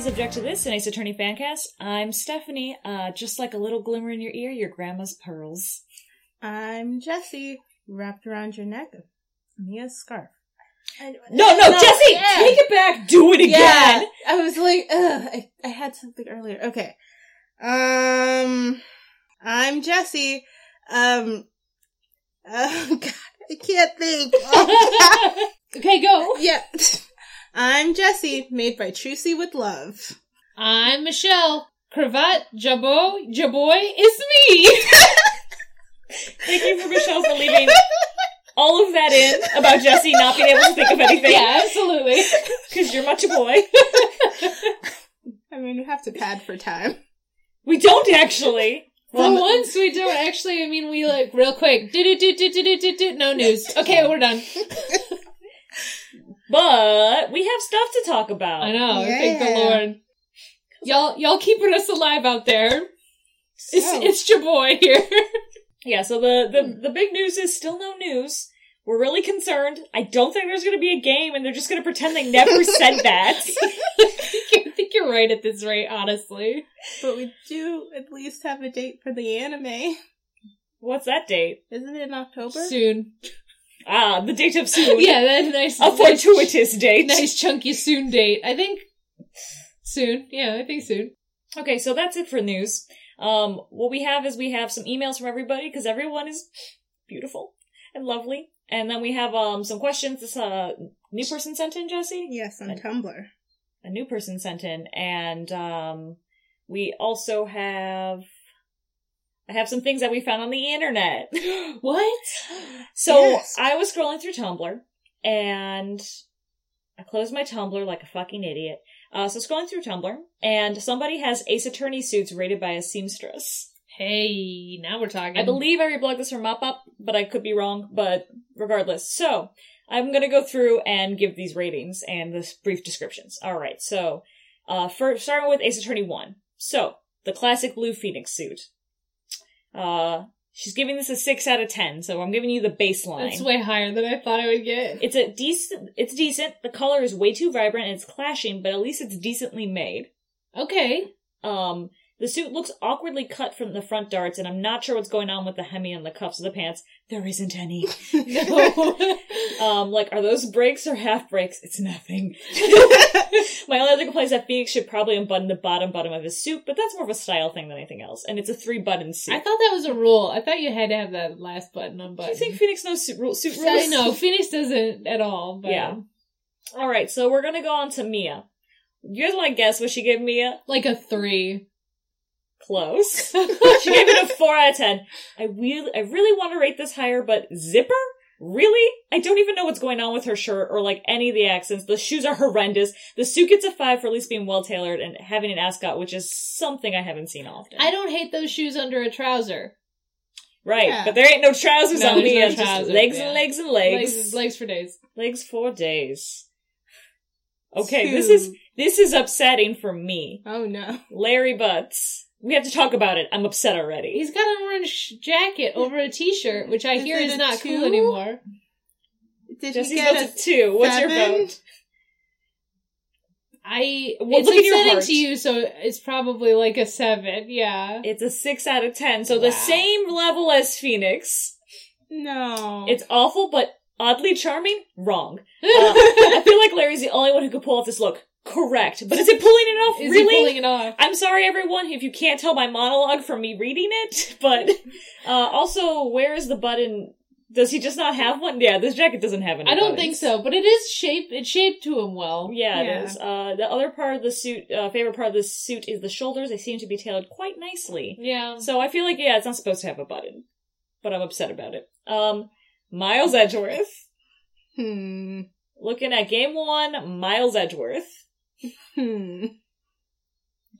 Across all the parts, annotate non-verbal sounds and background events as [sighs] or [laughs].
Subject to this, an Ace Attorney fancast. I'm Stephanie. Uh, just like a little glimmer in your ear, your grandma's pearls. I'm Jesse, wrapped around your neck, Mia's scarf. I- No, no, Jesse, yeah. take it back. Do it Yeah, again. I was like, ugh, I, I had something earlier. Okay. Um, I'm Jesse. Um, [laughs] oh God, I can't [laughs] think. Oh, okay, go. yeah. I'm Jesse, made by Trucy with love. I'm Michelle. Cravat Jabo Jaboy is [laughs] me. Thank you for Michelle for leaving all of that in about Jesse not being able to think of anything. Yeah, [laughs] absolutely. Because you're much a boy. I mean, we have to pad for time. We don't actually. For once, we don't actually. I mean, we like real quick. Do do do do do do do. No news. Okay, we're done. But we have stuff to talk about. I know. Thank the Yeah. Lord. Y'all, y'all keeping us alive out there. It's So- it's your boy here. [laughs] Yeah, so the, the, the big news is still no news. We're really concerned. I don't think there's going to be a game, and they're just going to pretend they never said that. I think you're right at this rate, honestly. But we do at least have a date for the anime. What's that date? Isn't it in October? Soon. Ah, the date of soon. Yeah, that nice. A nice- fortuitous date. Nice chunky soon date. I think soon. Yeah, I think soon. [gasps] Okay, so that's it for news. Um, what we have is we have some emails from everybody because everyone is beautiful and lovely, and then we have um some questions. This uh new person sent in, Jesse. Yes, on Tumblr. A new person sent in, and um we also have I have some things that we found on the internet. [laughs] What? So Yes. I was scrolling through Tumblr and I closed my Tumblr like a fucking idiot. Uh, so scrolling through Tumblr and somebody has Ace Attorney suits rated by a seamstress. Hey, now we're talking. I believe I reblogged this from Mop Up, but I could be wrong. But regardless, so I'm gonna go through and give these ratings and the brief descriptions. All right, so uh, first starting with Ace Attorney One. So the classic blue phoenix suit. Uh, she's giving this a six out of ten. So I'm giving you the baseline. that's way higher than I thought I would get. It's a decent. It's decent. The color is way too vibrant and it's clashing, but at least it's decently made. okay. [laughs] Um, the suit looks awkwardly cut from the front darts, and I'm not sure what's going on with the hemming and the cuffs of the pants. There isn't any. [laughs] No. Um, like, are those breaks or half breaks? It's nothing. My only other complaint is that Phoenix should probably unbutton the bottom button of his suit, but that's more of a style thing than anything else. And it's a three button suit. I thought that was a rule. I thought you had to have that last button Do unbuttoned. you think Phoenix knows suit, ru- suit rules? I know Phoenix doesn't at all. But Yeah. All right, so we're gonna go on to Mia. You guys want to guess what she gave Mia? like a three. [laughs] Close. she gave it a four out of ten. I really, I really want to rate this higher, but zipper. Really? I don't even know what's going on with her shirt or like any of the accents. The shoes are horrendous. The suit gets a five for at least being well tailored and having an ascot, which is something I haven't seen often. I don't hate those shoes under a trouser. right, Yeah. but there ain't no trousers No, on there's me. no It's just trousers, legs yeah. and legs and Legs, legs. legs, Legs, for days. for days. Okay, this is Two. this is upsetting for me. Oh no. Larry Butts. We have to talk about it. I'm upset already. He's got an orange jacket over a t-shirt, which I Is hear it is a not cool two? anymore. Did Jesse's you get vote's a a two. What's your seven? vote? I Well, it's look at your upsetting heart. to you, so it's probably like a seven. Yeah. It's a six out of ten, so Wow. the same level as Phoenix. No. It's awful, but oddly charming. [laughs] Wrong. Uh, I feel like Larry's the only one who could pull off this look. Correct, but is it pulling it off? is really? he pulling it off? I'm sorry, everyone, if you can't tell my monologue from me reading it. But uh, also, where is the button? Does he just not have one? Yeah, this jacket doesn't have any. I don't buttons. think so, but it is shaped. It's shaped to him well. Yeah, Yeah. it is. Uh, the other part of the suit, uh, favorite part of the suit, is the shoulders. They seem to be tailored quite nicely. Yeah. So I feel like yeah, it's not supposed to have a button, but I'm upset about it. Um, Miles Edgeworth, hmm. looking at game one, Miles Edgeworth, Hmm.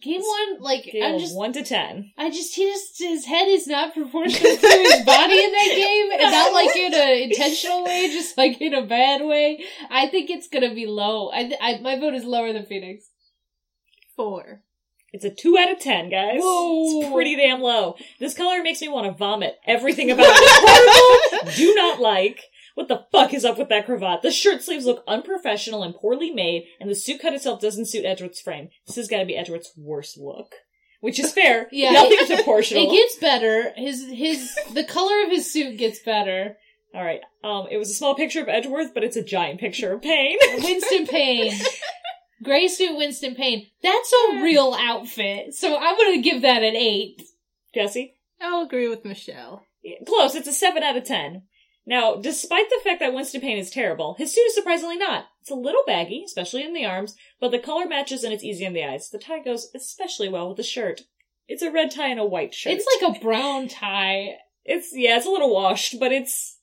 Game one, like game I'm just one to ten. I just he just his head is not proportional to his body in that game, and not like in a intentional way, just like in a bad way. I think it's gonna be low. I, th- I my vote is lower than Phoenix. [laughs] Four. It's a two out of ten, guys. Whoa. It's pretty damn [laughs] low. This color makes me want to vomit. Everything about it is horrible. Do not like. What the fuck is up with that cravat? The shirt sleeves look unprofessional and poorly made, and the suit cut itself doesn't suit Edward's frame. This has got to be Edward's worst look. Which is fair. [laughs] Yeah. Nothing's proportional. It gets better. His his the color of his suit gets better. All right. Um, it was a small picture of Edgeworth, but it's a giant picture of Payne. [laughs] Winston Payne. Gray suit Winston Payne. That's a real outfit. So I'm gonna give that an eight. Jesse? [laughs] I'll agree with Michelle. Close. It's a 7 out of 10. Now, despite the fact that Winston Payne is terrible, his suit is surprisingly not. It's a little baggy, especially in the arms, but the color matches and it's easy on the eyes. The tie goes especially well with the shirt. It's a red tie and a white shirt. It's like a brown tie. It's, yeah, it's a little washed, but it's,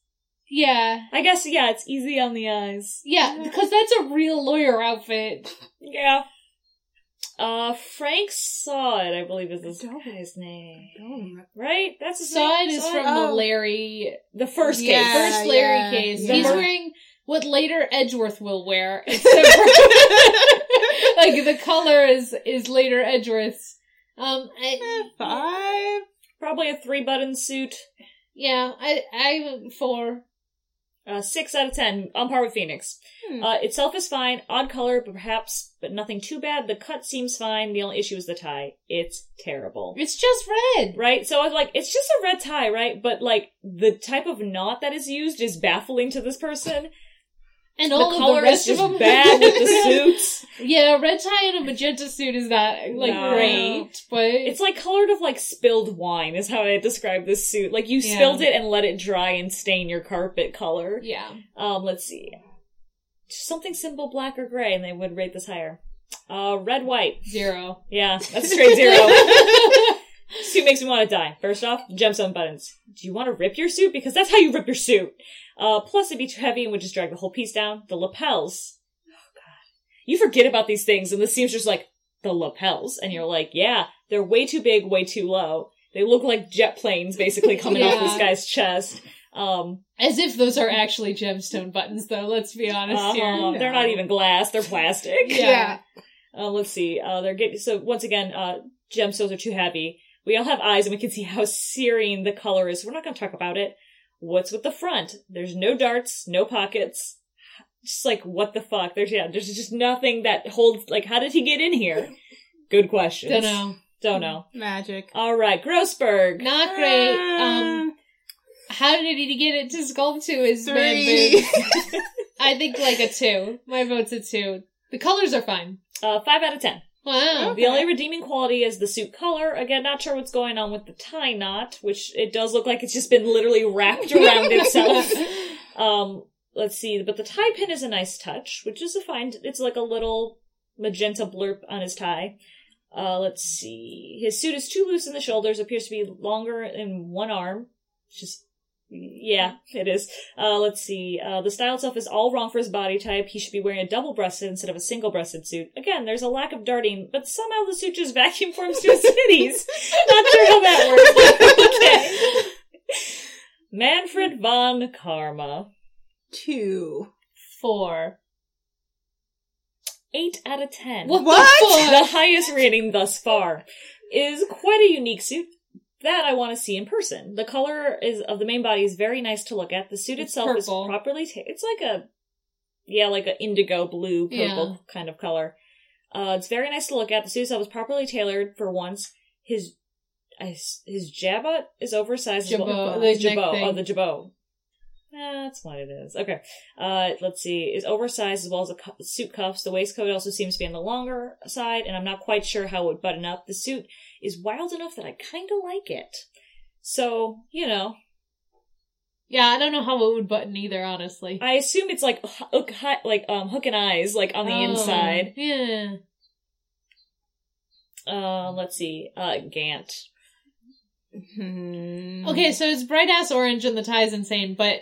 Yeah. I guess, yeah, it's easy on the eyes. Yeah, because that's a real lawyer outfit. Yeah. Uh, Frank saw it, I believe is this Don't. guy's name. Don't. Right? That's his Saw name. it is Saw from Oh. the Larry the first Yeah. case. first Larry yeah. case. The He's mur- wearing what later Edgeworth [laughs] will wear, except for [laughs] like the color is is later Edgeworth's. Um, I, Five. Probably a three button suit. yeah, I I four. Uh, six out of ten, on par with Phoenix. Hmm. Uh, itself is fine, odd color, but perhaps, but nothing too bad. The cut seems fine. The only issue is the tie. It's terrible, It's just red. right? So I was like, it's just a red tie, right? But like the type of knot that is used is baffling to this person. And the all of color the rest is of just them [laughs] bad with the suits. yeah, a red tie and a magenta suit is not like No. great, but It's like colored of like spilled wine is how I describe this suit. Like you Yeah. spilled it and let it dry and stain your carpet color. yeah. Um, let's see. Just something simple, black or gray, and they would rate this higher. Uh, red, white. Zero. Yeah, that's a straight zero. suit makes me want to die. First off, gemstone buttons. Do you want to rip your suit? Because that's how you rip your suit. Uh, plus it'd be too heavy and would just drag the whole piece down. The lapels. Oh god. You forget about these things, and the seamstress is like, the lapels. And you're like, yeah, they're way too big, way too low. They look like jet planes basically coming off Yeah. this guy's chest. Um, As if those are actually gemstone buttons, though. Let's be honest uh-huh. here. They're not even glass, they're plastic. [laughs] Yeah. Uh, let's see. Uh, they're getting so once again. Uh, gemstones are too heavy. We all have eyes, and we can see [laughs] how searing the color is. We're not going to talk about it. What's with the front? There's no darts, no pockets. Just like what the fuck? There's yeah. There's just nothing that holds. Like, how did he get in here? Good question. Don't know. Don't know. Magic. All right, Grossberg. Not great. Um, how did he get it to sculpt to his man Ah. three. boobs? I think like a two. My vote's a two. The colors are fine. Uh, five out of ten. Wow. Okay. The only redeeming quality is the suit color. Again, not sure what's going on with the tie knot, which it does look like it's just been literally [laughs] wrapped around itself. Um, let's see, but the tie pin is a nice touch, which is a fine. It's like a little magenta blurb on his tie. Uh, let's see. His suit is too loose in the shoulders, appears to be longer in one arm. It's just, yeah, it is. Uh, let's see. Uh, the style itself is all wrong for his body type. He should be wearing a double breasted instead of a single breasted suit. Again, there's a lack of darting, but somehow the suit just [laughs] vacuum forms to his titties. Not sure how that works. okay. Manfred von Karma. [laughs] Two. Four. eight out of ten. What? What? The highest rating thus far is quite a unique suit that I want to see in person. The color is of the main body is very nice to look at. The suit It's itself purple. is properly. Ta- it's like a yeah, like a indigo blue purple kind of color. Uh, it's very nice to look at. The suit itself is properly tailored for once. His his, his jabot is oversized. as well- Jabot, the the neck jabot. thing. Oh, the jabot. That's what it is. Okay. Uh, let's see. Is oversized as well as the cu- suit cuffs. The waistcoat also seems to be on the longer side, and I'm not quite sure how it would button up. The suit is wild enough that I kind of like it. So you know, Yeah, I don't know how it would button either, honestly. I assume it's like h- hook, hi- like um, hook and eyes, like on the Oh, inside. Yeah. Um, let's see. Uh, Gant. Hmm. Okay, so it's bright ass orange and the tie's insane, but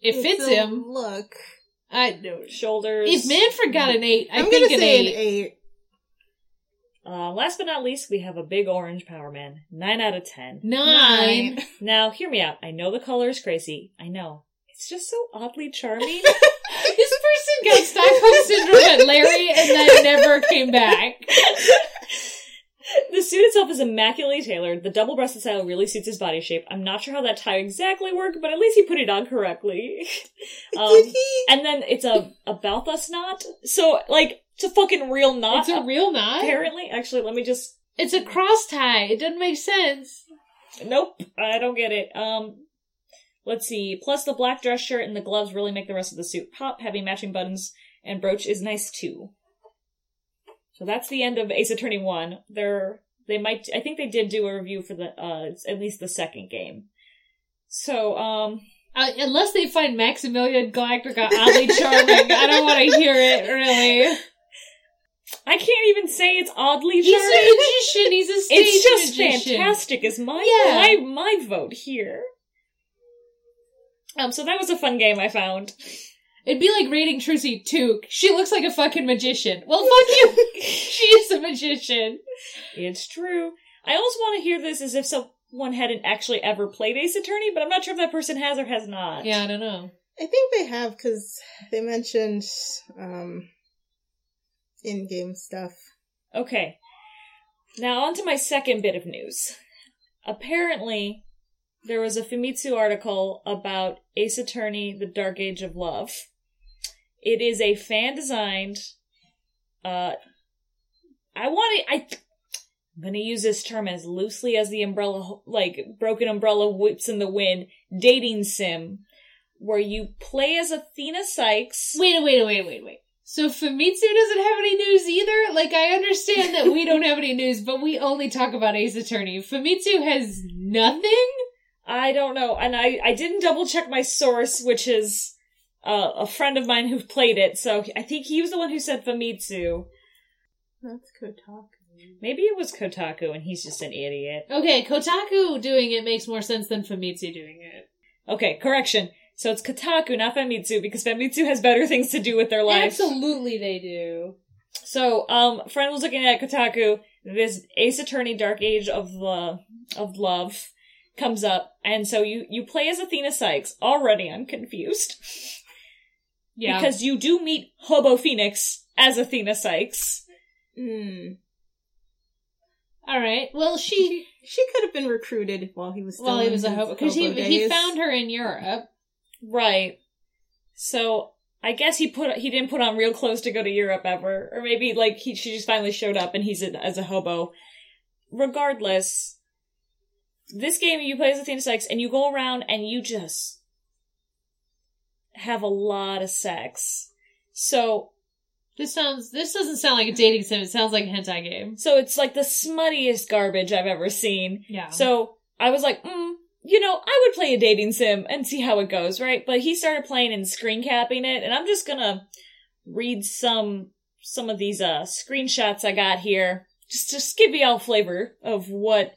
it It's fits a him. Look. I Shoulders. if Manfred got an eight, I I'm think gonna an say eight. an eight. Uh, last but not least, we have a big orange Power Man. Nine out of ten. Nine. [laughs] Now, hear me out. I know the color is crazy. I know. It's just so oddly [laughs] charming. this person got Stockholm syndrome at Larry and then never came back. the suit itself is immaculately tailored. The double breasted style really suits his body shape. I'm not sure how that tie exactly worked, but at least he put it on [laughs] correctly. um, Did he? and then it's a, a Balthus knot. So, like, it's a fucking real knot. It's a real knot. apparently. Actually, let me just. It's a cross tie. It doesn't make sense. Nope. I don't get it. Um, let's see. Plus, the black dress shirt and the gloves really make the rest of the suit pop. Heavy matching buttons and brooch is nice too. So that's the end of Ace Attorney One. They're they might. I think they did do a review for the uh at least the second game. So um. Uh, unless they find Maximilian Galactica oddly charming, I don't want to hear it. Really, I can't even say it's oddly he's charming. a magician. He's a stage It's just magician. fantastic. Is my Yeah. my my vote here. Um, so that was a fun game I found. It'd be like rating Trucy Took. She looks like a fucking magician. Well, fuck [laughs] you. she is a magician. It's true. I almost want to hear this as if someone hadn't actually ever played Ace Attorney, but I'm not sure if that person has or has not. Yeah, I don't know. I think they have because they mentioned um, in-game stuff. Okay. Now on to my second bit of news. Apparently, there was a Famitsu article about Ace Attorney: The Dark Age of Love. It is a fan designed. Uh, I want to. I. I'm gonna use this term as loosely as the umbrella, like broken umbrella whips in the wind, dating sim, where you play as Athena Sykes. Wait, wait, wait, wait, wait. So Famitsu doesn't have any news either? Like, I understand that we don't have any news, but we only talk about Ace Attorney. Famitsu has nothing? I don't know, and I I didn't double check my source, which is uh, a friend of mine who played it. So I think he was the one who said Famitsu. That's Kotaku. Maybe it was Kotaku, and he's just an idiot. Okay, Kotaku doing it makes more sense than Famitsu doing it. Okay, correction. So it's Kotaku, not Famitsu, because Famitsu has better things to do with their lives. Absolutely they do. So, um, friend was looking at Kotaku. This Ace Attorney: Dark Age of the of Love comes up, and so you you play as Athena Sykes. Already, I'm confused. [laughs] Yeah. Because you do meet Hobo Phoenix as Athena Sykes. Mm. Alright, well, she... She could have been recruited while he was still Well, in it was a his hope. Because he, hobo he days. found her in Europe. Right. So I guess he put he didn't put on real clothes to go to Europe ever, or maybe like he she just finally showed up and he's in, as a hobo. Regardless, this game you play as Athena Sykes and you go around and you just have a lot of sex. So This sounds... This doesn't sound like a dating sim. It sounds like a hentai game. so it's like the smuttiest garbage I've ever seen. Yeah. So I was like, mm, you know, I would play a dating sim and see how it goes, right? But he started playing and screen capping it, and I'm just gonna read some some of these uh screenshots I got here. Just just give y'all flavor of what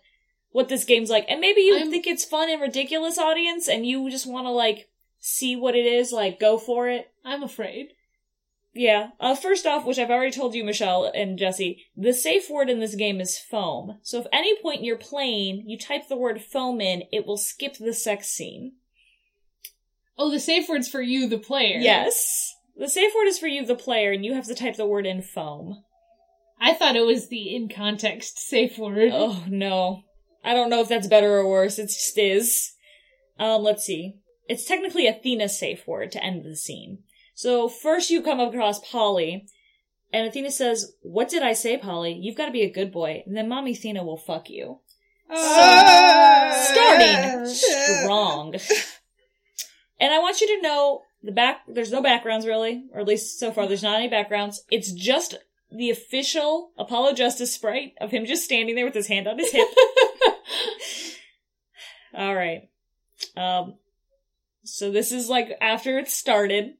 what this game's like. And maybe you I'm- think it's fun and ridiculous, audience, and you just wanna like see what it is, like go for it. I'm afraid. Yeah. Uh, first off, which I've already told you, Michelle and Jesse, the safe word in this game is foam. So if any point you're playing, you type the word foam in, it will skip the sex scene. Oh, the safe word's for you, the player. Yes. The safe word is for you, the player, and you have to type the word in foam. I thought it was the in context safe word. Oh, no. I don't know if that's better or worse. It's just is. Um, let's see. It's technically Athena's safe word to end the scene. So first you come across Polly, and Athena says, What did I say, Polly? You've got to be a good boy, and then Mommy Athena will fuck you. starting strong. And I want you to know the back. There's no backgrounds really, or at least so far, there's not any backgrounds. It's just the official Apollo Justice sprite of him just standing there with his hand on his hip. [laughs] All right. Um. So this is like after it started.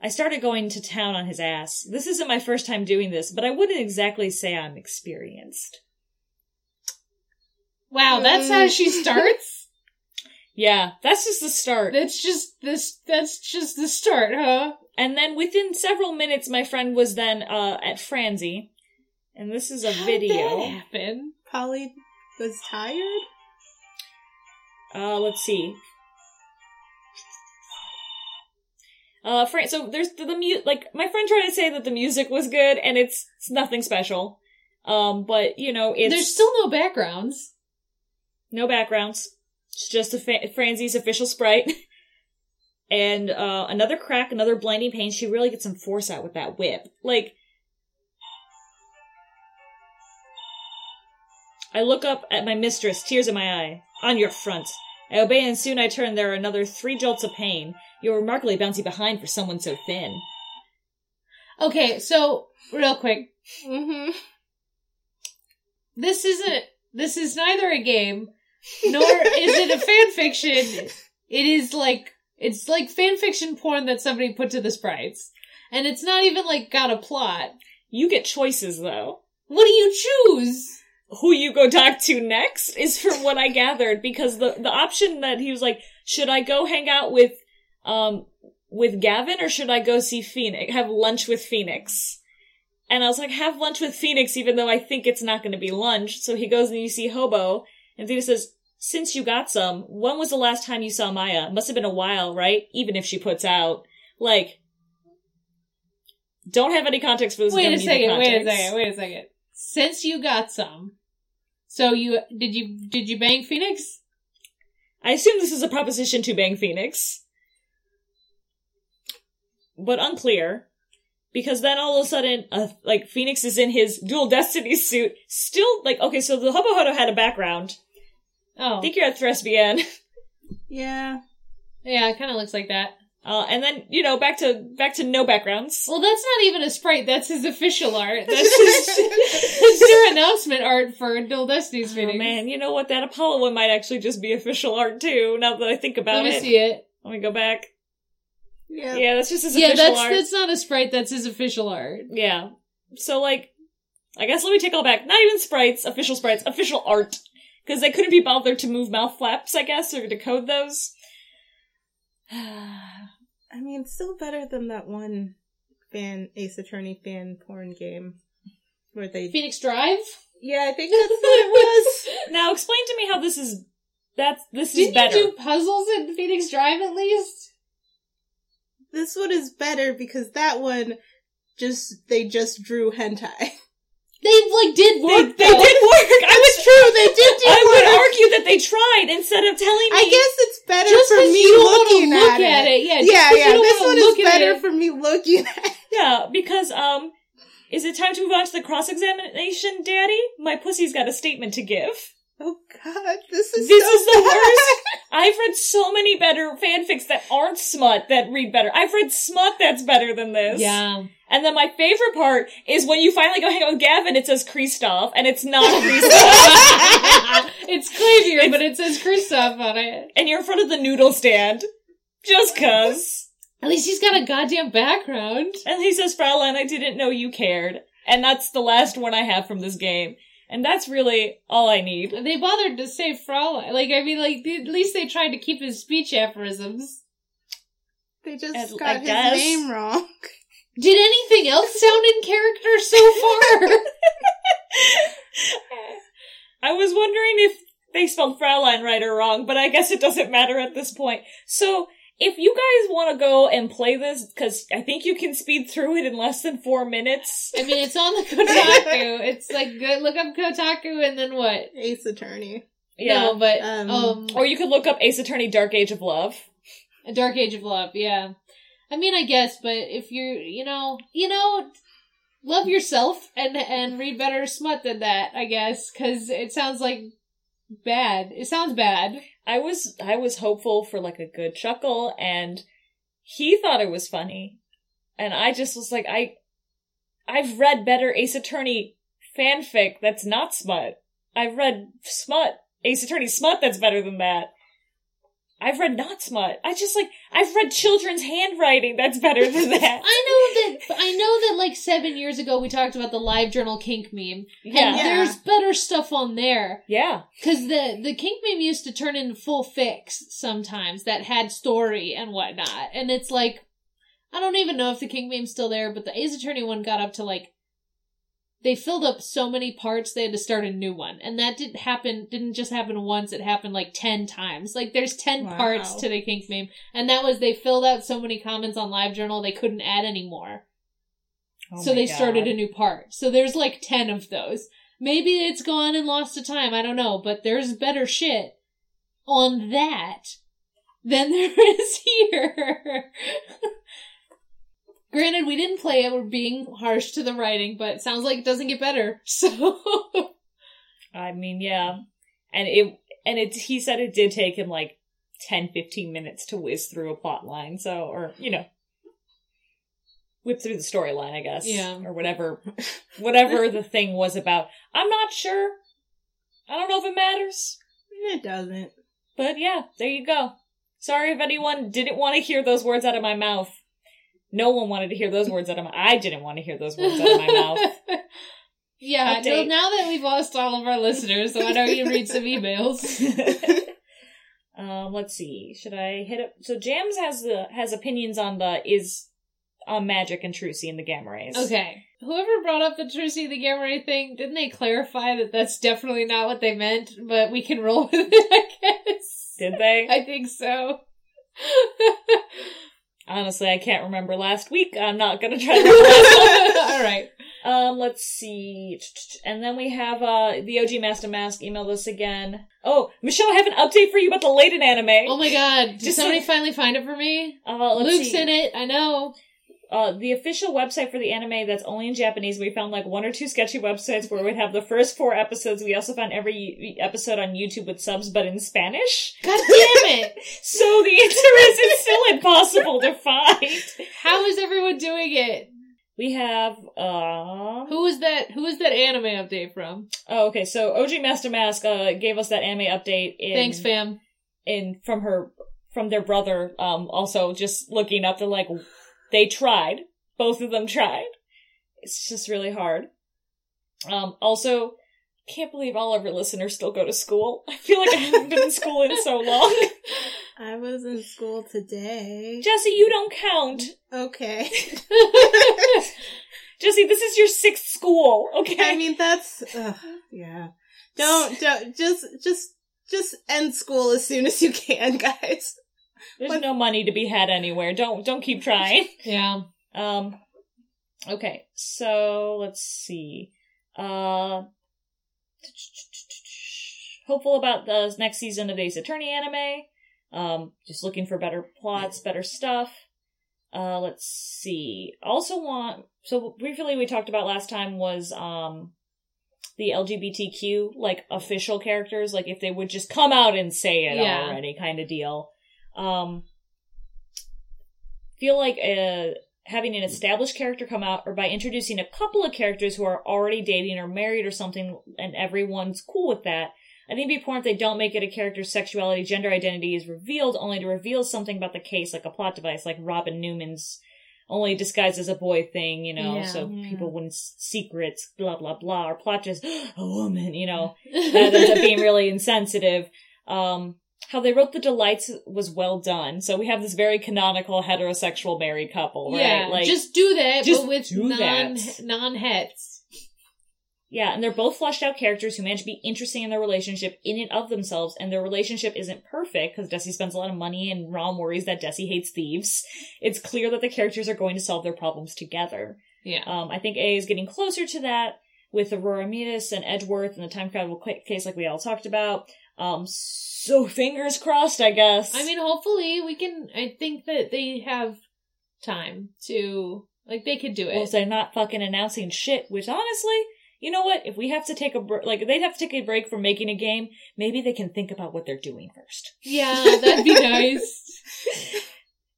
I started going to town on his ass. This isn't my first time doing this, but I wouldn't exactly say I'm experienced. Wow, that's how she starts? Yeah, that's just the start. [laughs] that's just this that's just the start, huh? And then within several minutes, my friend was then uh, at Franzi. And this is a How'd that video. happen? Polly was tired. Uh, let's see. Uh, Fran- so there's the, the mu- like my friend tried to say that the music was good, and it's, it's nothing special. Um, but you know, it's There's still no backgrounds. no backgrounds. It's just a fa- Franzie's official sprite. [laughs] and uh, another crack, another blinding pain. She really gets some force out with that whip. Like, I look up at my mistress, tears in my eye. On your front. I obey, and soon I turn. There are another three jolts of pain. You're remarkably bouncy behind for someone so thin. Okay, so real quick, Mm-hmm. this isn't. This is neither a game, nor is it a fan fiction. It is like it's like fan fiction porn that somebody put to the sprites, and it's not even like got a plot. You get choices, though. What do you choose? who you go talk to next is from what I gathered because the the option that he was like, should I go hang out with um with Gavin or should I go see Phoenix have lunch with Phoenix? And I was like, have lunch with Phoenix even though I think it's not gonna be lunch. So he goes and you see Hobo and Phoenix says, Since you got some, when was the last time you saw Maya? Must have been a while, right? Even if she puts out. Like don't have any context for this. Wait Don't a need the second. Wait a context. second. Wait a second. Since you got some, so you did you did you bang Phoenix? I assume this is a proposition to bang Phoenix. But unclear. Because then all of a sudden, uh, like, Phoenix is in his dual destiny suit. Still, like, okay, so the Hubba Hodo had a background. I Oh, think you're at Threspian. Yeah. yeah, it kind of looks like that. Uh, and then, you know, back to, back to no backgrounds. Well, that's not even a sprite. That's his official art. [laughs] That's his, that's their announcement art for Dual Destiny's Oh meeting. man, you know what? That Apollo one might actually just be official art too, now that I think Let about me it. see it. Let me go back. Yeah. Yeah, that's just his Yeah, official that's art. that's not a sprite. That's his official art. Yeah. So like, I guess let me take all back. Not even sprites, official sprites, official art, because they couldn't be bothered to move mouth flaps, I guess, or decode those. [sighs] I mean, it's still better than that one fan Ace Attorney fan porn game where they. Phoenix [laughs] Drive. Yeah, I think that's what [laughs] it was. now explain to me how this is. That's this is Didn't better. you do puzzles in Phoenix Drive at least? this one is better because that one just they just drew hentai. They like did they, work. they did though. [laughs] work. I was true. they did I would argue that they tried instead of telling me. I guess it's better Just for because me you don't want to looking look at, it. Yeah, just Yeah, 'cause yeah. You don't This wanna one look is at better it. for me looking at it. yeah, because um, is it time to move on to the cross examination, Daddy? My pussy's got a statement to give. Oh god, this is This so is the bad. worst. I've read so many better fanfics that aren't smut that read better. I've read smut that's better than this. [laughs] Yeah. And then my favorite part is when you finally go hang out with Gavin, it says Kristoff, and it's not [laughs] Kristoff. it's clavier, but it says Kristoff on it. and you're in front of the noodle stand. Just cuz. At least he's got a goddamn background. And he says, Fraulein, I didn't know you cared. And that's the last one I have from this game. And that's really all I need. They bothered to say Fraulein. Like, I mean, like, at least they tried to keep his speech aphorisms. They just I- I got his guess. name wrong. [laughs] Did anything else sound in character so [laughs] far? I was wondering if they spelled Fraulein right or wrong, but I guess it doesn't matter at this point. So, if you guys want to go and play this, because I think you can speed through it in less than four minutes, I mean, it's on the Kotaku. It's like, good. look up Kotaku and then what? Ace Attorney. yeah. No, but, Um, um, Or you could look up Ace Attorney Dark Age of Love. A Dark Age of Love, yeah. I mean, I guess, but if you're, you know, you know, love yourself and and read better smut than that, I guess, because it sounds like bad. It sounds bad. I was, I was hopeful for like a good chuckle, and he thought it was funny, and I just was like, I, I've read better Ace Attorney fanfic that's not smut. I've read smut, Ace Attorney smut that's better than that. I've read not smut. I just like, I've read children's handwriting that's better than [laughs] that. I know that I know that like seven years ago we talked about the live journal kink meme, and Yeah. Yeah. there's better stuff on there Yeah. because the the kink meme used to turn into full fix sometimes that had story and whatnot, and it's like I don't even know if the kink meme's still there, but the Ace Attorney one got up to like they filled up so many parts they had to start a new one, and that didn't happen. Didn't just happen once; it happened like ten times. Like there's ten Wow. parts to the kink meme, and that was they filled out so many comments on LiveJournal they couldn't add any more. Oh so my they God. started a new part. So there's like 10 of those. Maybe it's gone and lost to time. I don't know. But there's better shit on that than [laughs] there is here. [laughs] Granted, we didn't play it. We're being harsh to the writing, but it sounds like it doesn't get better. [laughs] So I mean, yeah. And it and it he said it did take him like 10 15 minutes to whiz through a plot line, so or you know, whip through the storyline, I guess, Yeah. or whatever whatever the thing was about. I'm not sure. I don't know if it matters, It [laughs] doesn't. but yeah, there you go. Sorry if anyone didn't want to hear those words out of my mouth. No one wanted to hear those words out of my I didn't want to hear those words out of my [laughs] mouth. yeah. No, Update. now that we've lost all of our listeners, why don't you read some emails? [laughs] um, let's see. Should I hit up? So Jams has the has opinions on the is on magic and Trucy and the gamma rays. Okay. Whoever brought up the Trucy the Gamma Ray thing, didn't they clarify that that's definitely not what they meant, but we can roll [laughs] with it, I guess? Did they? [laughs] I [laughs] think so. Honestly, I can't remember last week. I'm not gonna try [laughs] to. All right. um, let's see. And then we have uh the OG Master Mask emailed us again. Oh, Michelle, I have an update for you about the Layden anime. Oh my god. Did Just somebody so- finally find it for me? Uh, let's Luke's see. in it. I know. Uh, the official website for the anime that's only in Japanese. We found like one or two sketchy websites where we'd have the first four episodes. We also found every e-, episode on YouTube with subs, but in Spanish. God damn it. So the answer is it's still impossible to find. How is everyone doing it? We have, um, Who was that? Who was that anime update from? oh, okay. So OG Master Mask uh, gave us that anime update. In, Thanks, fam. In from her, from their brother. Um, also just looking up. They're like, they tried. Both of them tried. It's just really hard. Um, also, can't believe all of our listeners still go to school. [laughs] I feel like I haven't been in school in so long. [laughs] I was in school today. Jesse, you don't count. [laughs] Okay. Jesse, this is your sixth school. Okay. I mean, that's ugh, yeah. [laughs] Don't don't just just just end school as soon as you can, [laughs] guys. There's What- no money to be had anywhere. Don't don't keep trying. yeah. Um okay. So, let's see. Uh hopeful about the next season of Ace Attorney anime. Um just looking for better plots, better stuff. Uh let's see. Also want so briefly we talked about last time was um the LGBTQ like official characters, like if they would just come out and say it Yeah. already kind of deal. Um feel like uh having an established character come out or by introducing a couple of characters who are already dating or married or something and everyone's cool with that. I think it'd be important if they don't make it a character's sexuality, gender identity is revealed only to reveal something about the case, like a plot device, like Robin Newman's only disguised as a boy thing, you know, Yeah. so Yeah. people wouldn't s- secrets, blah blah blah, or plot just [gasps] a woman, you know [laughs] that ends up being really insensitive. Um, how they wrote the delights was well done. So we have this very canonical heterosexual married couple, right? Yeah. just do that, just but with do non that. non hets. yeah, and they're both fleshed out characters who manage to be interesting in their relationship in and of themselves. And their relationship isn't perfect because Desi spends a lot of money and Rom worries that Desi hates thieves. It's clear that the characters are going to solve their problems together. Yeah. Um, I think A is getting closer to that with Aurora Midas and Edgeworth and the time travel ca- case, like we all talked about. Um, so fingers crossed, I guess. I mean, hopefully we can. I think that they have time to like they could do well, it. they're not fucking announcing shit. Which honestly, you know what? If we have to take a br- like, they'd have to take a break from making a game. Maybe they can think about what they're doing first. yeah, that'd be nice.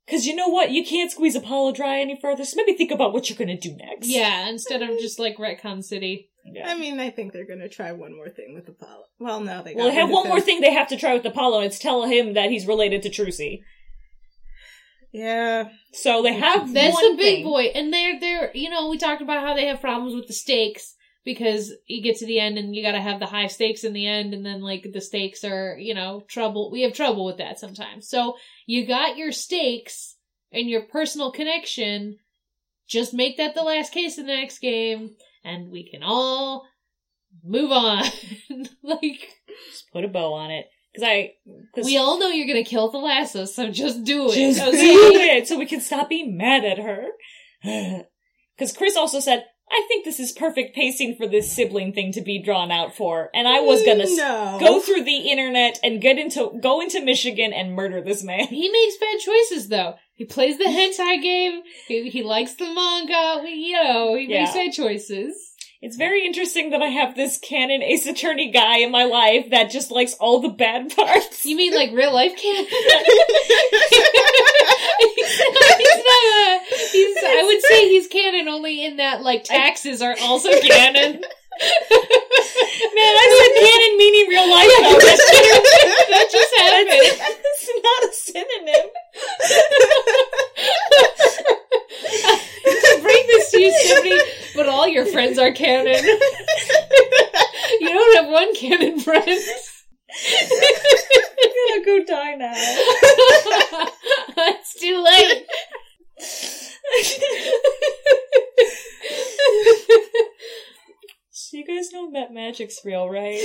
Because you know what? You can't squeeze Apollo dry any further. So maybe think about what you're gonna do next. Yeah, instead of just like retcon city. Yeah. I mean, I think they're gonna try one more thing with Apollo. Well, no, they. Well, got they have rid of one more him. thing they have to try with Apollo, and it's tell him that he's related to Trucy. Yeah, So they have That's one the big thing. boy, and they're they're you know we talked about how they have problems with the stakes because you get to the end and you got to have the high stakes in the end, and then like the stakes are you know trouble. We have trouble with that sometimes. So you got your stakes and your personal connection. Just make that the last case in the next game, and we can all move on. [laughs] like Just put a bow on it. Because I. Cause we all know you're gonna kill Thalassa, so just do it. just do okay? [sighs] it so we can stop being mad at her. Because Chris also said, I think this is perfect pacing for this sibling thing to be drawn out for, and I was gonna s- no. go [laughs] through the internet and get into go into Michigan and murder this man. [laughs] He makes bad choices though. He plays the hentai game. He, he likes the manga. You know, he makes Yeah. bad choices. It's very interesting that I have this canon Ace Attorney guy in my life that just likes all the bad [laughs] parts. You mean like real life canon? he's not. He's not a, he's, uh, I would say he's canon only in that like taxes are also [laughs] canon. Man, I said canon meaning real life. Though. That's [laughs] That just [laughs] happened. it's not a synonym. [laughs] to bring this to you, [laughs] Stephanie, but all your friends are canon. you don't have one canon friend. I'm gonna go die now. it's too late. So you guys know that magic's real, right?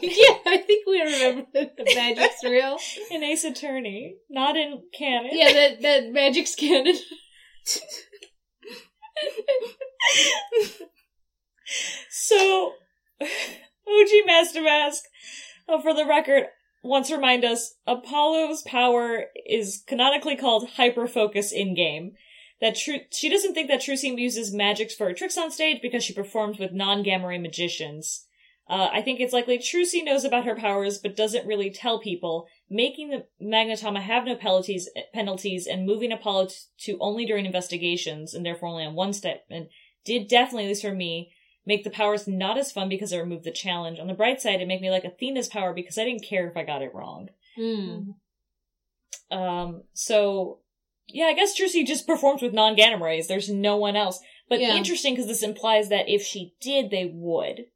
Yeah, I think we remember that the magic's real. In Ace Attorney, not in canon. Yeah, that that magic's canon. So, OG Master Mask, uh, for the record, wants to remind us Apollo's power is canonically called hyperfocus in game. That Tru- she doesn't think that Trucium uses magics for her tricks on stage because she performs with non-gamma ray magicians. Uh, I think it's likely Trucy knows about her powers but doesn't really tell people, making the Magnetama have no penalties, penalties and moving Apollo t- to only during investigations and therefore only on one step. And did definitely, at least for me, make the powers not as fun because I removed the challenge. On the bright side, it made me like Athena's power because I didn't care if I got it wrong. Hmm. Um, so yeah, I guess Trucy just performs with non gamma rays. There's no one else. But Yeah. interesting because this implies that if she did, they would.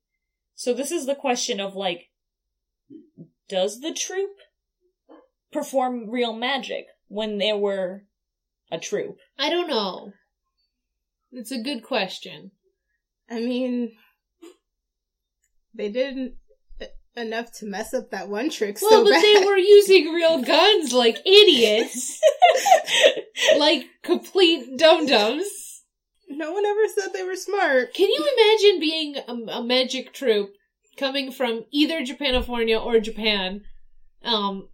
So this is the question of like, does the troop perform real magic when they were a troop? I don't know. It's a good question. I mean, they didn't e- enough to mess up that one trick well, so but bad. they were using real guns like idiots, Uh, like complete dum dums. [laughs] no one ever said they were smart. Can you imagine being a, a magic troupe coming from either Japanifornia or Japan, um,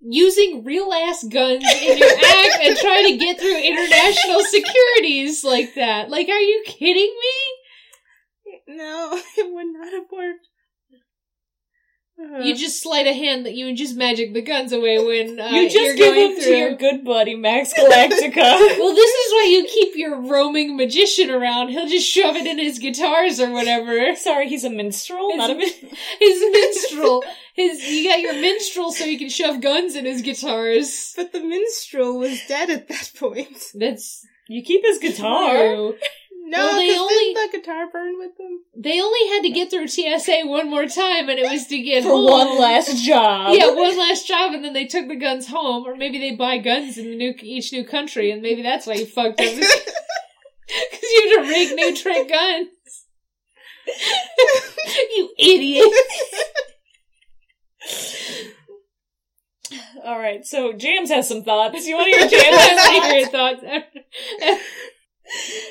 using real ass guns [laughs] in your act and trying to get through international securities like that? Like, are you kidding me? No, [laughs] it would not have worked. Uh, You just sleight a hand that you just magic the guns away when uh, you you're just give going them through. to your good buddy Max [laughs] Galactica. Well, this is why you keep your roaming magician around. He'll just shove it in his guitars or whatever. Sorry, he's a minstrel, It's- not a min- His minstrel. His you got your minstrel so you can shove guns in his guitars. [sighs] but the minstrel was dead at that point. [laughs] That's You keep his guitar. true. No, Well, they 'cause only- didn't the guitar burn with [laughs] them? [laughs] They only had to get through TSA one more time, and it was to get For home. one last job. Yeah, one last job, and then they took the guns home, or maybe they buy guns in the new, each new country, and maybe that's why you fucked up. [laughs] Because you had to rig new trick guns. [laughs] you [laughs] idiot. All right, so Jams has some thoughts. You want to hear Jams' [laughs] secret? Secret thoughts.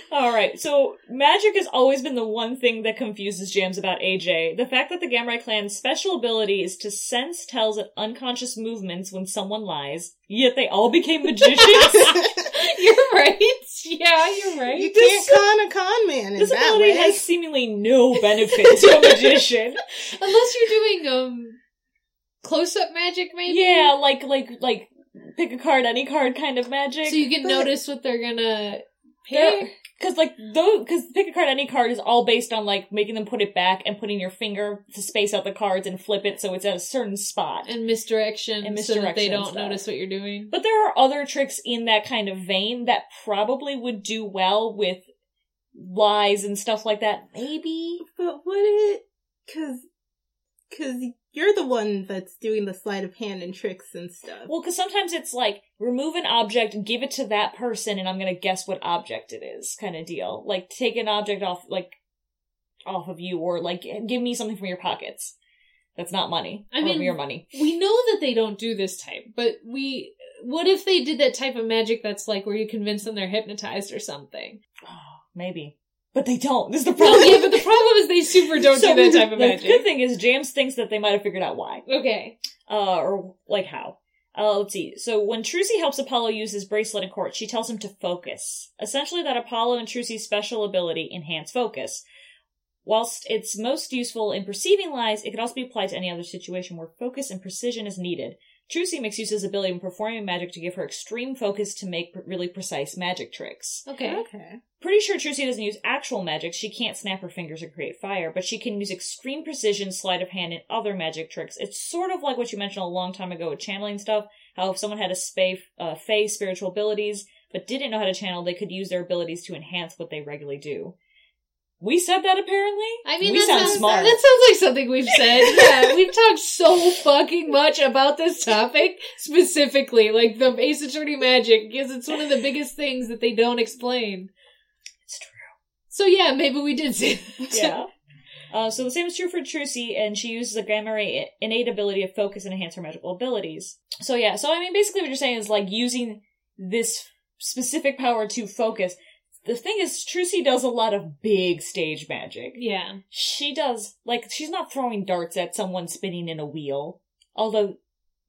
All right, so magic has always been the one thing that confuses Jams about AJ. The fact that the Gamrai clan's special ability is to sense tells at unconscious movements when someone lies, yet they all became [laughs] magicians. [laughs] You're right. Yeah, You you're right. can't con a con man in this that ability way. has seemingly no benefit to a magician. Unless you're doing um close up magic, [laughs] maybe. Yeah, like like like pick a card, any card kind of magic. So you can notice what they're gonna pick. Because like though, because pick a card, any card is all based on like making them put it back and putting your finger to space out the cards and flip it so it's at a certain spot. And misdirection, And so that they misdirection don't stuff. notice what you're doing. But there are other tricks in that kind of vein that probably would do well with lies and stuff like that. Maybe But would it? Because because you're the one that's doing the sleight of hand and tricks and stuff. well, because sometimes it's like remove an object, give it to that person, and I'm gonna guess what object it is, kind of deal. Like take an object off, like off of you, or like give me something from your pockets. That's not money. I or mean, your money. We know that they don't do this type, but we What if they did that type of magic that's like where you convince them they're hypnotized [laughs] or something? Maybe. But they don't. [laughs] This is the Well, problem. yeah, but the problem is they super [laughs] don't So, do [laughs] that type of the good magic. thing is James thinks that they might have figured out why. Okay. Uh, or like how. Uh, let's see. So when Trucy helps Apollo use his bracelet in court, she tells him to focus. Essentially that Apollo and Trucy's special ability enhance focus. Whilst it's most useful in perceiving lies, it can also be applied to any other situation where focus and precision is needed. Trucy makes use of his ability in performing magic to give her extreme focus to make pr- really precise magic tricks. Okay. Pretty sure Trucy doesn't use actual magic. She can't snap her fingers and create fire, but she can use extreme precision, sleight of hand, and other magic tricks. It's sort of like what you mentioned a long time ago with channeling stuff. How if someone had a spay, uh, fey spiritual abilities, but didn't know how to channel, they could use their abilities to enhance what they regularly do. We said that apparently. I mean, we that sound sounds, smart. That sounds like something [laughs] we've said. Yeah, we've talked so fucking much about this topic specifically, like the Ace Attorney magic, because it's one of the biggest things that they don't explain. It's true. So yeah, maybe we did say that. yeah. Uh, so the same is true for Trucy, and she uses the gamma ray innate ability of focus and enhance her magical abilities. So yeah, so I mean, basically what you're saying is like using this specific power to focus. The thing is, Trucy does a lot of big stage magic. [laughs] Yeah. She does, like, she's not throwing darts at someone spinning in a wheel. Although,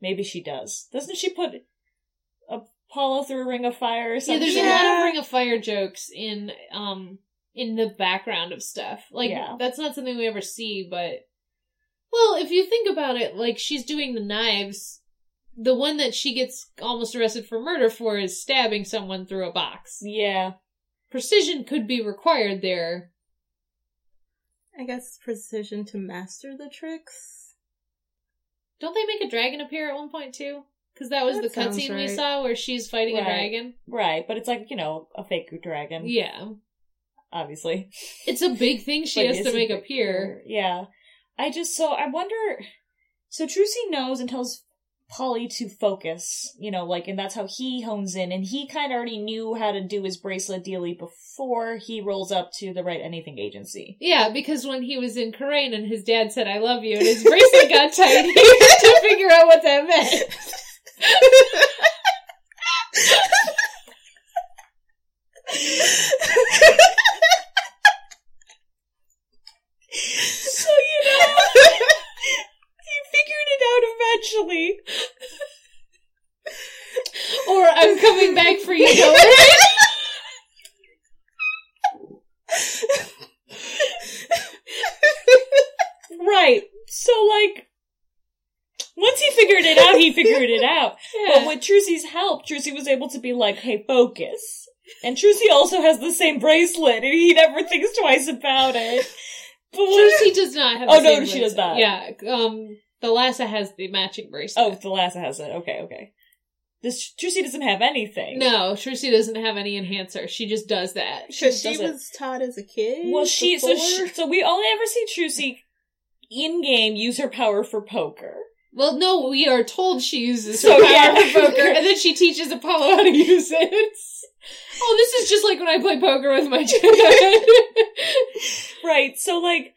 maybe she does. Doesn't she put Apollo through a ring of fire or Yeah, something? there's Yeah. a lot of Ring of Fire jokes in um in the background of stuff. Like Yeah. that's not something we ever see, but well, if you think about it, like she's doing the knives. The one that she gets almost arrested for murder for is stabbing someone through a box. Yeah. Precision could be required there. I guess precision to master the tricks. Don't they make a dragon appear at one point too? Because that was That the sounds cutscene we right. saw where she's fighting Right. a dragon. Right, but it's like, you know, a fake dragon, Yeah, obviously. it's a big thing she Like, has to it's a make big appear. Or- Yeah. I just so I wonder so Trucy knows and tells Polly to focus, you know, like and that's how he hones in and he kinda already knew how to do his bracelet dealy before he rolls up to the right anything [laughs] agency. Yeah, because when he was in Korean and his dad said "I love you" and his bracelet got tight, he had to figure out what that [laughs] meant. So you know [laughs] he figured it out eventually. Or "I'm coming back for you." Don't Right. So like once he figured it out, he figured it out. But worry. with Trucy's help, Trucy was able to be like, hey, focus. And Trucy also has the same bracelet, and he never thinks twice about it. But Yeah. what She does not have. Oh, the same no, she does not. bracelet. Yeah, um, the Lassa has the matching oh, bracelet. the last has it. Okay, okay. This Trucy doesn't have anything. no, Trucy doesn't have any enhancer. She just does that. She She, she doesn't. was taught as a kid. Well, she so, she before? so we only ever see Trucy in game use her power for poker. Well, no, we are told she uses So, her power yeah. for poker, and then she teaches Apollo how to [laughs] use it. Oh, this is just like when I play poker with my [laughs] dad. Right. So like,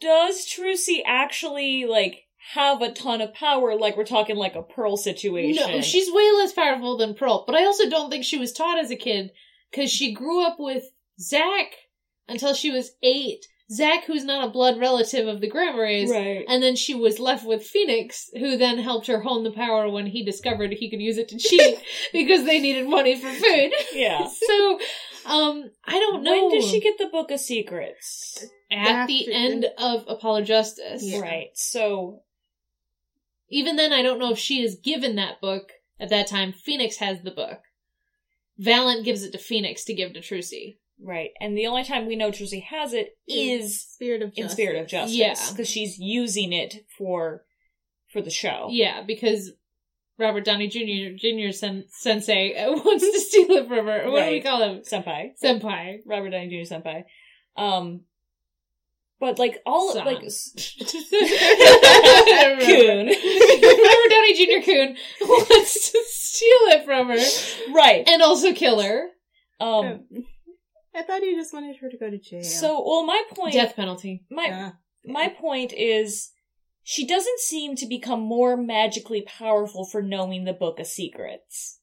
does Trucy actually like have a ton of power? Like we're talking like a Pearl situation. No, she's way less powerful than Pearl, but I also don't think she was taught as a kid because she grew up with Zach until she was eight. Zach, who's not a blood relative of the Grammaries, right. and then she was left with Phoenix, who then helped her hone the power when he discovered he could [laughs] use it to cheat because they needed money for food. Yeah. So, um, I don't know. When did she get the Book of Secrets? at After- the end of Apollo Justice? Yeah. Right. So Even then, I don't know if she is given that book at that time. Phoenix has the book. Valent gives it to Phoenix to give to Trucy. right, and the only time we know Trucy has it is spirit of in Spirit of Justice, Yeah. because she's using it for for the show. Yeah, because Robert Downey Jr. Jr. Sen- sensei [laughs] wants to steal it from her. What do we Right. call him? Senpai, Senpai. [laughs] Robert Downey Jr. Senpai. Um, but like all San. like [laughs] s- [laughs] I don't remember. Coon, [laughs] Robert Downey Jr. Coon [laughs] wants to steal it from her right? and also kill her. Um, Oh. I thought he just wanted her to go to jail. Oh, so well, my point, Death penalty. my Yeah. my point is, She doesn't seem to become more magically powerful for knowing the Book of Secrets.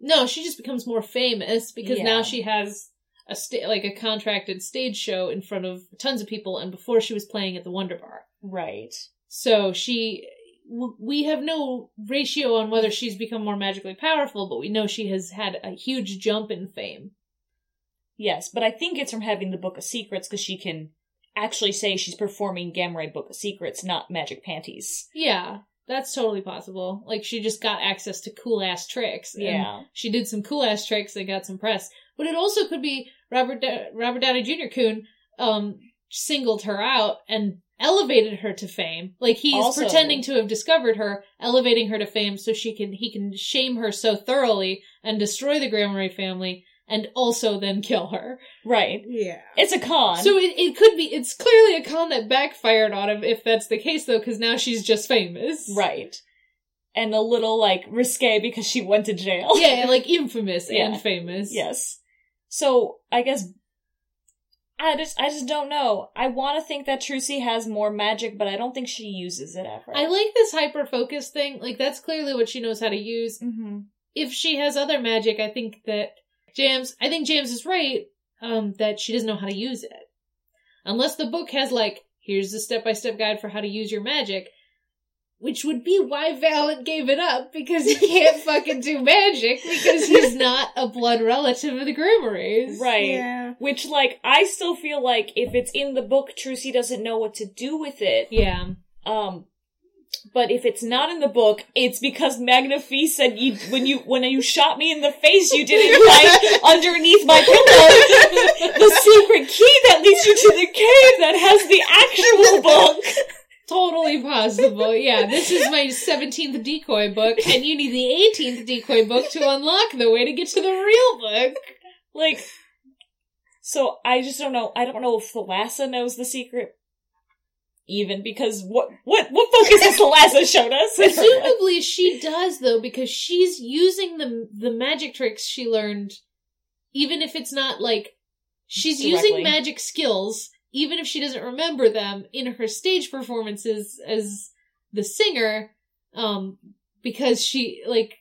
No, she just becomes more famous because now Yeah. she has a sta- like a contracted stage show in front of tons of people, and before she was playing at the Wonder Bar. Right. So she, w- we have no ratio on whether she's become more magically powerful, but we know she has had a huge jump in fame. Yes, but I think it's from having the Book of Secrets because she can actually say she's performing Gamray Book of Secrets, not magic panties. Yeah, that's totally possible. Like she just got access to cool ass tricks. and Yeah. she did some cool ass tricks that got some press. But it also could be Robert Da- Robert Downey Jr. Coon um, singled her out and elevated her to fame. Like he's Also- pretending to have discovered her, elevating her to fame, so she can he can shame her so thoroughly and destroy the Grammary family, and also then kill her. Right. Yeah. It's a con. So it, it could be it's clearly a con that backfired on him if that's the case though, because now she's just famous, right. And a little, like, risque because she went to jail. Yeah, like infamous Yeah. and [laughs] famous. Yes. So I guess I just I just don't know. I want to think that Trucy has more magic, but I don't think she uses it ever. I like this hyper focus thing. Like that's clearly what she knows how to use. Mm-hmm. If she has other magic, I think that James I think James is right um that she doesn't know how to use it. Unless the book has like here's the step-by-step guide for how to use your magic, which would be why Valent gave it up because he can't fucking do magic because he's not a blood relative of the Groomeries. Right. Yeah. Which like I still feel like if it's in the book, Trucy doesn't know what to do with it. Yeah. Um, but if it's not in the book, it's because Magna Fee said you when you when you shot me in the face, you [laughs] didn't find underneath my pillow the secret key that leads you to the cave that has the [laughs] actual book. Totally possible. Yeah, this is my 17th decoy book, and you need the 18th decoy book to unlock the way to get to the real book. Like, so I just don't know. I don't know if Thalassa knows the secret, even because what what what focus has Thalassa shown us? Presumably she does though because she's using the the magic tricks she learned even if it's not like she's Directly. using magic skills even if she doesn't remember them in her stage performances as the singer um because she like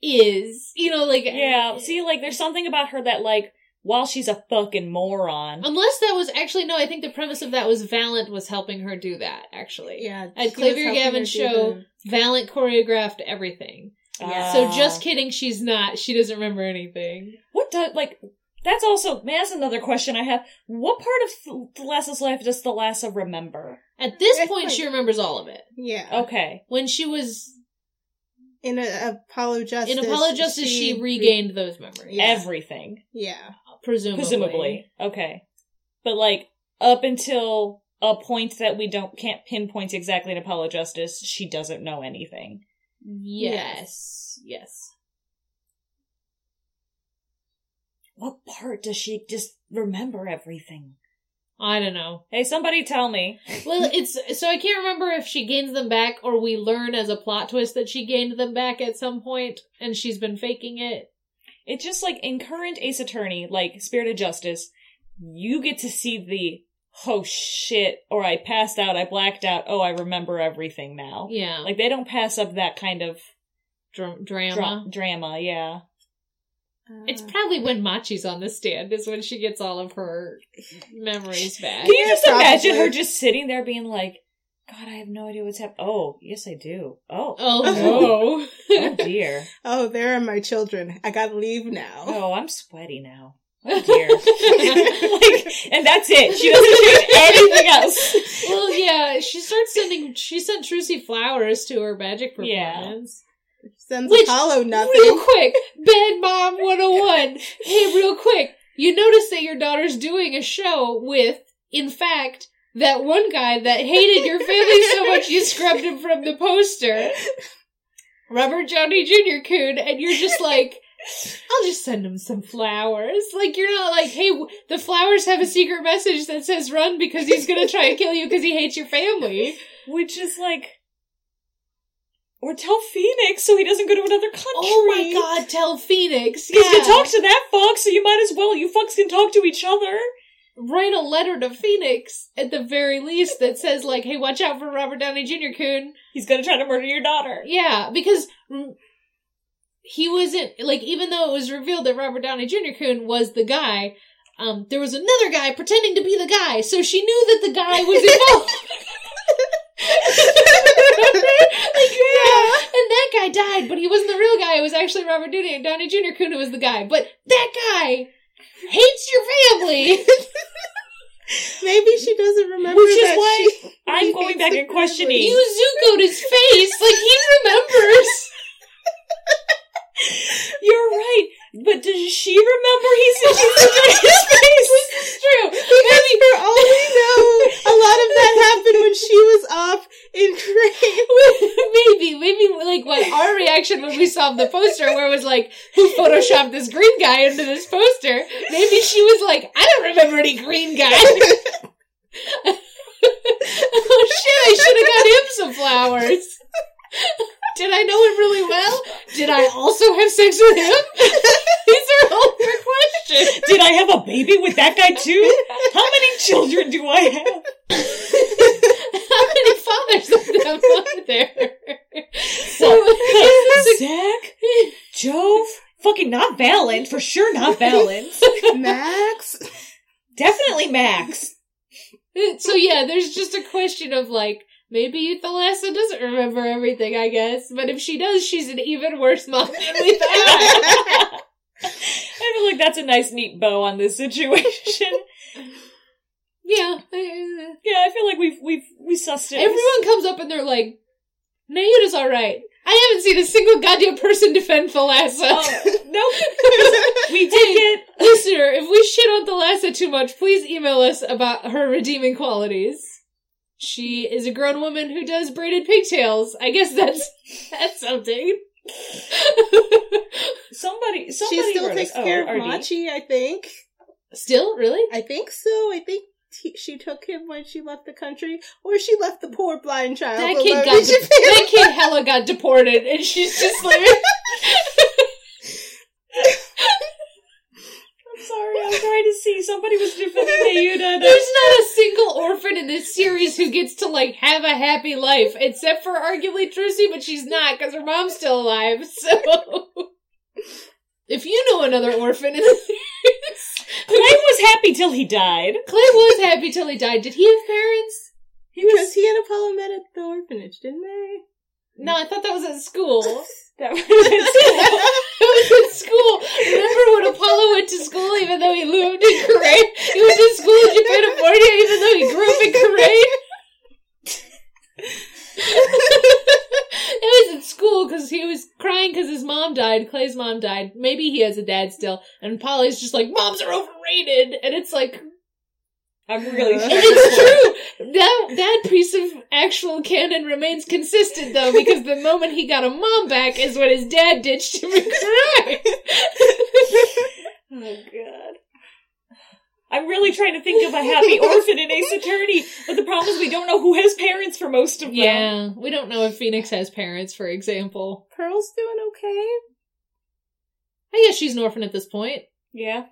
is you know like [laughs] yeah. See, like, there's something about her that, like, while she's a fucking moron, Unless that was actually no, I think the premise of that was Valent was helping her do that. Actually, Yeah. she At Clavier was helping Gavin her do show, the- Valent choreographed everything. Yeah. so just kidding, she's not. She doesn't remember anything. what does like? That's also man, that's another question I have. What part of Th- Thalassa's life does Thalassa remember? At this That's point, like- she remembers all of it. Yeah. Okay, When she was In a, Apollo Justice. in Apollo Justice, she, regained those memories, Yeah. everything Yeah. presumably. presumably. Okay, but like up until a point that we don't can't pinpoint exactly in Apollo Justice, she doesn't know anything. Yes. Yes. What part does she just remember everything? I don't know. Hey, somebody tell me. Well, it's so I can't remember if she gains them back or we learn as a plot twist that she gained them back at some point and she's been faking it. It's just like in current Ace Attorney, like Spirit of Justice, you get to see the oh shit, or I passed out, I blacked out, oh I remember everything now. Yeah. Like they don't pass up that kind of Dra- dra- drama. drama, yeah. It's Uh, probably when Machi's on the stand is when she gets all of her memories back. Can you just probably. imagine her just sitting there being like, God, I have no idea what's happening. Oh, yes, I do. Oh, oh, Oh no. [laughs] dear. oh, there are my children. I gotta leave now. Oh, I'm sweaty now. Oh dear. [laughs] like, and that's it. She doesn't change anything else. [laughs] well, yeah, she starts sending she sent Trucy flowers to her magic performance. Sends Which- Apollo Real nothing. quick, Bad Mom 101. Hey, real quick, you notice that your daughter's doing a show with, in fact, that one guy that hated your family so much you scrubbed him from the poster. Robert Johnny Jr. Coon, and you're just like, I'll just send him some flowers. Like, you're not like, hey, w- the flowers have a secret message that says run because he's gonna try and kill you because he hates your family. Which is like, or tell Phoenix so he doesn't go to another country. [laughs] Oh my god, tell Phoenix. Because yeah. you talk to that fox, so you might as well. You fucks can talk to each other. write a letter to Phoenix at the very least that says like, "Hey, watch out for Robert Downey Jr. Coon." He's gonna try to murder your daughter. Yeah, because mm, he wasn't like even though it was revealed that Robert Downey Jr. Coon was the guy, um, there was another guy pretending to be the guy, so she knew that the guy was involved. like, yeah. And that guy died, but he wasn't the real guy. It was actually Robert Downey, Downey Jr. Coon who was the guy. But that guy hates your family. Maybe she doesn't remember Which is that why she- I'm going back and questioning. You zukoed his face. Like, he remembers. You're right, but does she remember he said she [laughs] forgot his face? It's true. Because for all we know, a lot of that happened when she was off in Crane. [laughs] maybe, maybe like what our reaction when we saw the poster, where it was like, "Who photoshopped this green guy into this poster?" Maybe she was like, "I don't remember any green [laughs] guy." oh shit! I should have got him some flowers. Did I know him really well? Did I also have sex with him? [laughs] These are all fair questions. Did I have a baby with that guy too? How many children do I [laughs] have? How many fathers of them are there? Zach, Jove, fucking not Valen, for sure not Valen. Max? Definitely Max. so yeah, there's just a question of like maybe Thalassa doesn't remember everything, I guess, but if she does, she's an even worse mom than we thought. I feel like that's a nice, neat bow on this situation. yeah, uh, Yeah, I feel like we've we've we sussed it. everyone comes up and they're like, "Nayuta's all right." I haven't seen a single goddamn person defend Thalassa. Oh, nope. We did get Listener, if we shit on Thalassa too much, please email us about her redeeming qualities. She is a grown woman who does braided pigtails. I guess that's [laughs] that's something. somebody. Somebody [laughs] she still wrote takes us- oh, care of RD. Machi, I think. Still, really? I think so. I think he, she took him when she left the country, or she left the poor blind child That alone kid in got de- Japan. that kid hella got deported, and she's just like, I'm sorry, I'm trying to see. Somebody was defending Ayuda. and I- there's not a single orphan in this series who gets to like have a happy life, except for arguably Trucy, but she's not because her mom's still alive. [laughs] So, if you know another orphan, in this Clay was happy till he died. Clay was happy till he died. Did he have parents? He was. Because he and Apollo met at the orphanage, didn't they? No, I thought that was at school. [laughs] That was his- It was at school. Remember when Apollo went to school even though he lived in Korea? He went to school in Japan and Borneo even though he grew up in Korea? [laughs] it was at school because he was crying because his mom died. Clay's mom died. Maybe he has a dad still. And Polly's just like, moms are overrated. And it's like, I'm really. and [laughs] it's true. That that piece of actual canon remains consistent though, because the moment he got a mom back is when his dad ditched [laughs] him and cried. Oh god. I'm really trying to think of a happy orphan in Ace Attorney, but the problem is we don't know who has parents for most of them. yeah, we don't know if Phoenix has parents, for example. Pearl's doing okay. I guess she's an orphan at this point. Yeah.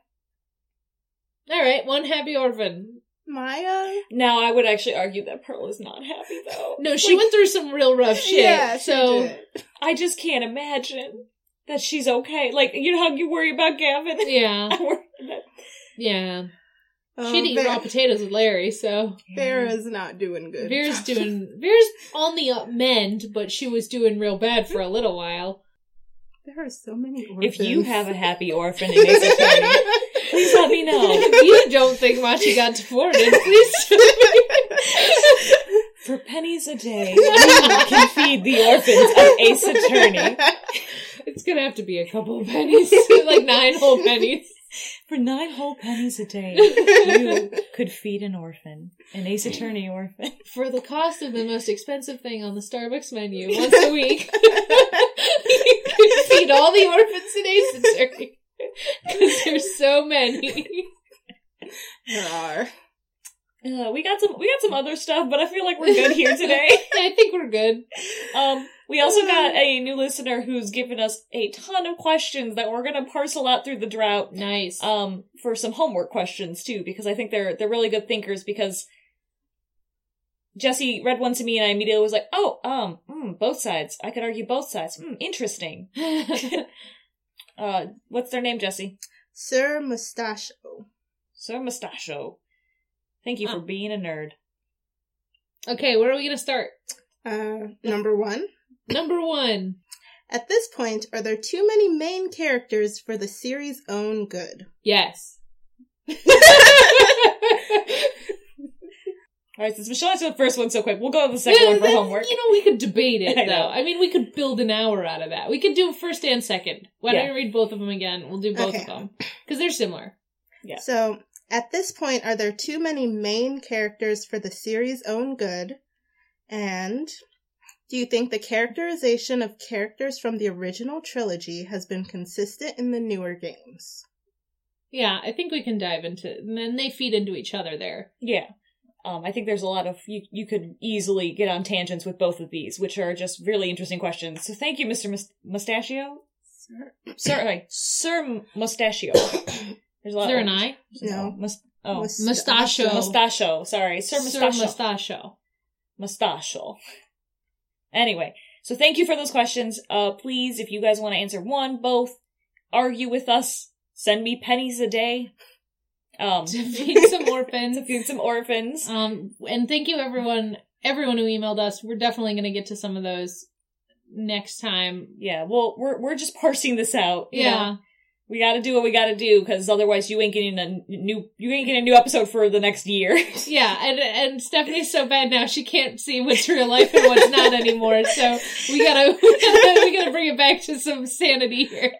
All right, one happy orphan. Maya. Now I would actually argue that Pearl is not happy though. No, she went through some real rough Oh, shit. Yeah, she so did. I just can't imagine that she's okay. Like you know how you worry about Gavin. yeah, [laughs] I worry about- yeah. [laughs] Oh, she didn't eat raw Vera, potatoes with Larry, so Vera's not doing good. [laughs] Vera's doing Vera's on the up mend, but she was doing real bad for a little while. There are so many orphans. If you have a happy orphan in Ace Attorney, please let me [laughs] know. if [laughs] you don't think Machi got deported, [laughs] please tell me. For pennies a day, you can feed the orphans of Ace Attorney. it's gonna have to be a couple of pennies, [laughs] like nine whole pennies. For nine whole pennies a day, you could feed an orphan, an Ace Attorney orphan. For the cost of the most expensive thing on the Starbucks menu once a week, you could feed all the orphans in Ace [laughs] Attorney. Because there's so many. There are. Uh, we got some we got some other stuff, but I feel like we're good here today. [laughs] [laughs] I think we're good. Um, we also got a new listener who's given us a ton of questions that we're gonna parcel out through the drought. Nice. Um, for some homework questions too, because I think they're they're really good thinkers. Because Jesse read one to me, and I immediately was like, "Oh, um, mm, both sides. I could argue both sides. Mm, interesting." [laughs] Uh, what's their name, Jesse? Sir Mustachio. Sir Mustachio. Thank you for Oh. being a nerd. okay, where are we gonna start? Uh, number one. Number one. At this point, are there too many main characters for the series' own good? Yes. [laughs] All right, since Michelle answered the first one so quick, we'll go to the second one for [laughs] Well, then, homework. You know, we could [laughs] debate it I know. though. I mean, we could build an hour out of that. We could do first and second. Why Yeah. don't we read both of them again? We'll do both Okay. of them because they're similar. Yeah. So, at this point, are there too many main characters for the series' own good? And do you think the characterization of characters from the original trilogy has been consistent in the newer games? Yeah, I think we can dive into, and then they feed into each other there. Yeah. Um, I think there's a lot of you you could easily get on tangents with both of these, which are just really interesting questions. So thank you, Mr. Mus- Mustachio. Sorry, Sir Mustachio. There's a Is lot there an I? No. Must- oh. Mus- Mustachio. Mustachio. Sorry, Sir Mustachio. Mustachio. Mustachio. Anyway, so thank you for those questions. Uh, please, if you guys want to answer one, both, argue with us. Send me pennies a day. Um, [laughs] To feed some to orphans. feed some orphans. Um, and thank you everyone, everyone who emailed us. We're definitely going to get to some of those next time. Yeah, well, we're we're just [laughs] parsing this out. you know? Yeah. we got to do what we got to do because otherwise, you ain't getting a n- new you ain't getting a new episode for the next year. [laughs] Yeah, and and Stephanie's so bad now she can't see what's real life and what's not anymore. So we gotta [laughs] we gotta bring it back to some sanity here.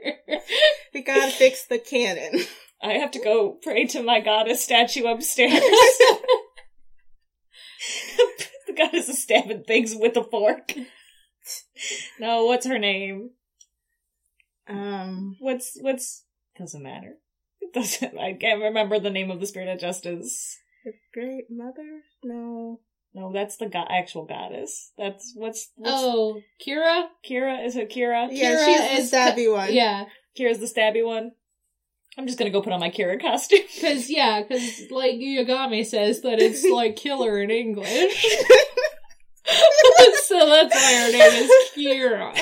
We gotta fix the canon. I have to go pray to my goddess statue upstairs. [laughs] the goddess is stabbing things with a fork. [laughs] No, what's her name? [laughs] Um, What's what's doesn't matter. It doesn't. I can't remember the name of the spirit of justice. the Great Mother? No. No, that's the go- actual goddess. That's what's, what's Oh, Kira, Kira is it Kira? Yeah, Kira she's is- the savvy one. [laughs] yeah, Kira's the stabby one. I'm just gonna go put on my Kira costume. [laughs] because yeah, because like Yagami says that it's like killer in English. [laughs] so that's why her name is Kira.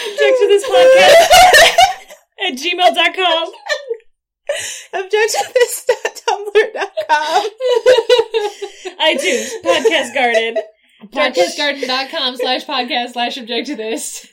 Object to [laughs] this podcast at gmail.com. Object to this dot Tumblr dot com. iTunes, Podcast [laughs] Garden. Podcastgarden.com slash podcast slash object to this.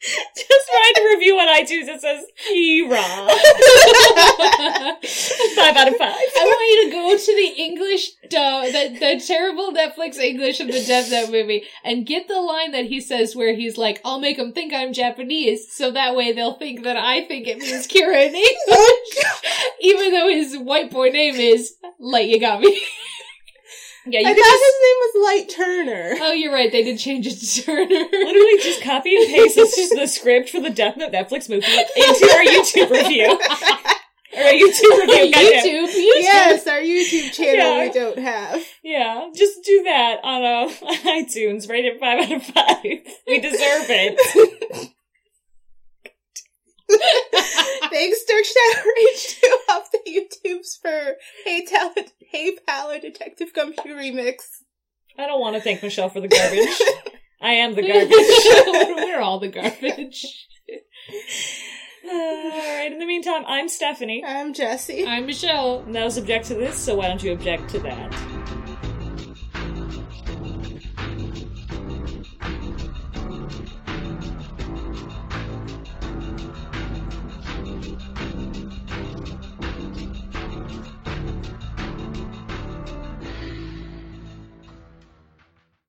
Just write a review on iTunes that says Kira. [laughs] Five out of five. I want you to go to the English dub, the, the terrible Netflix English of the Death Note movie, and get the line that he says where he's like, I'll make them think I'm Japanese, so that way they'll think that I think it means Kira [laughs] in English. Even though his white boy name is Light Yagami. Yeah, I you thought can just his name was Light Turner. oh, you're right, they did change it to Turner. literally just copy and paste the, the script for the Death Note Netflix movie into our YouTube [laughs] review. Or a YouTube [laughs] review, goddamn. YouTube, YouTube. [laughs] yes, our YouTube channel Yeah. we [laughs] don't have. Yeah, just do that on, uh, [laughs] on iTunes. Rate it five out of five. We deserve it. Thanks, Dirk Shatterage, [laughs] to off the YouTubes for Hey Tal- Hey Pal or Detective Gumshoe remix. I don't want to thank Michelle for the garbage. I am the garbage. [laughs] We're [laughs] we're all the garbage. Uh, all right. In the meantime, I'm Stephanie. I'm Jesse. I'm Michelle. And that was object to this, so why don't you object to that?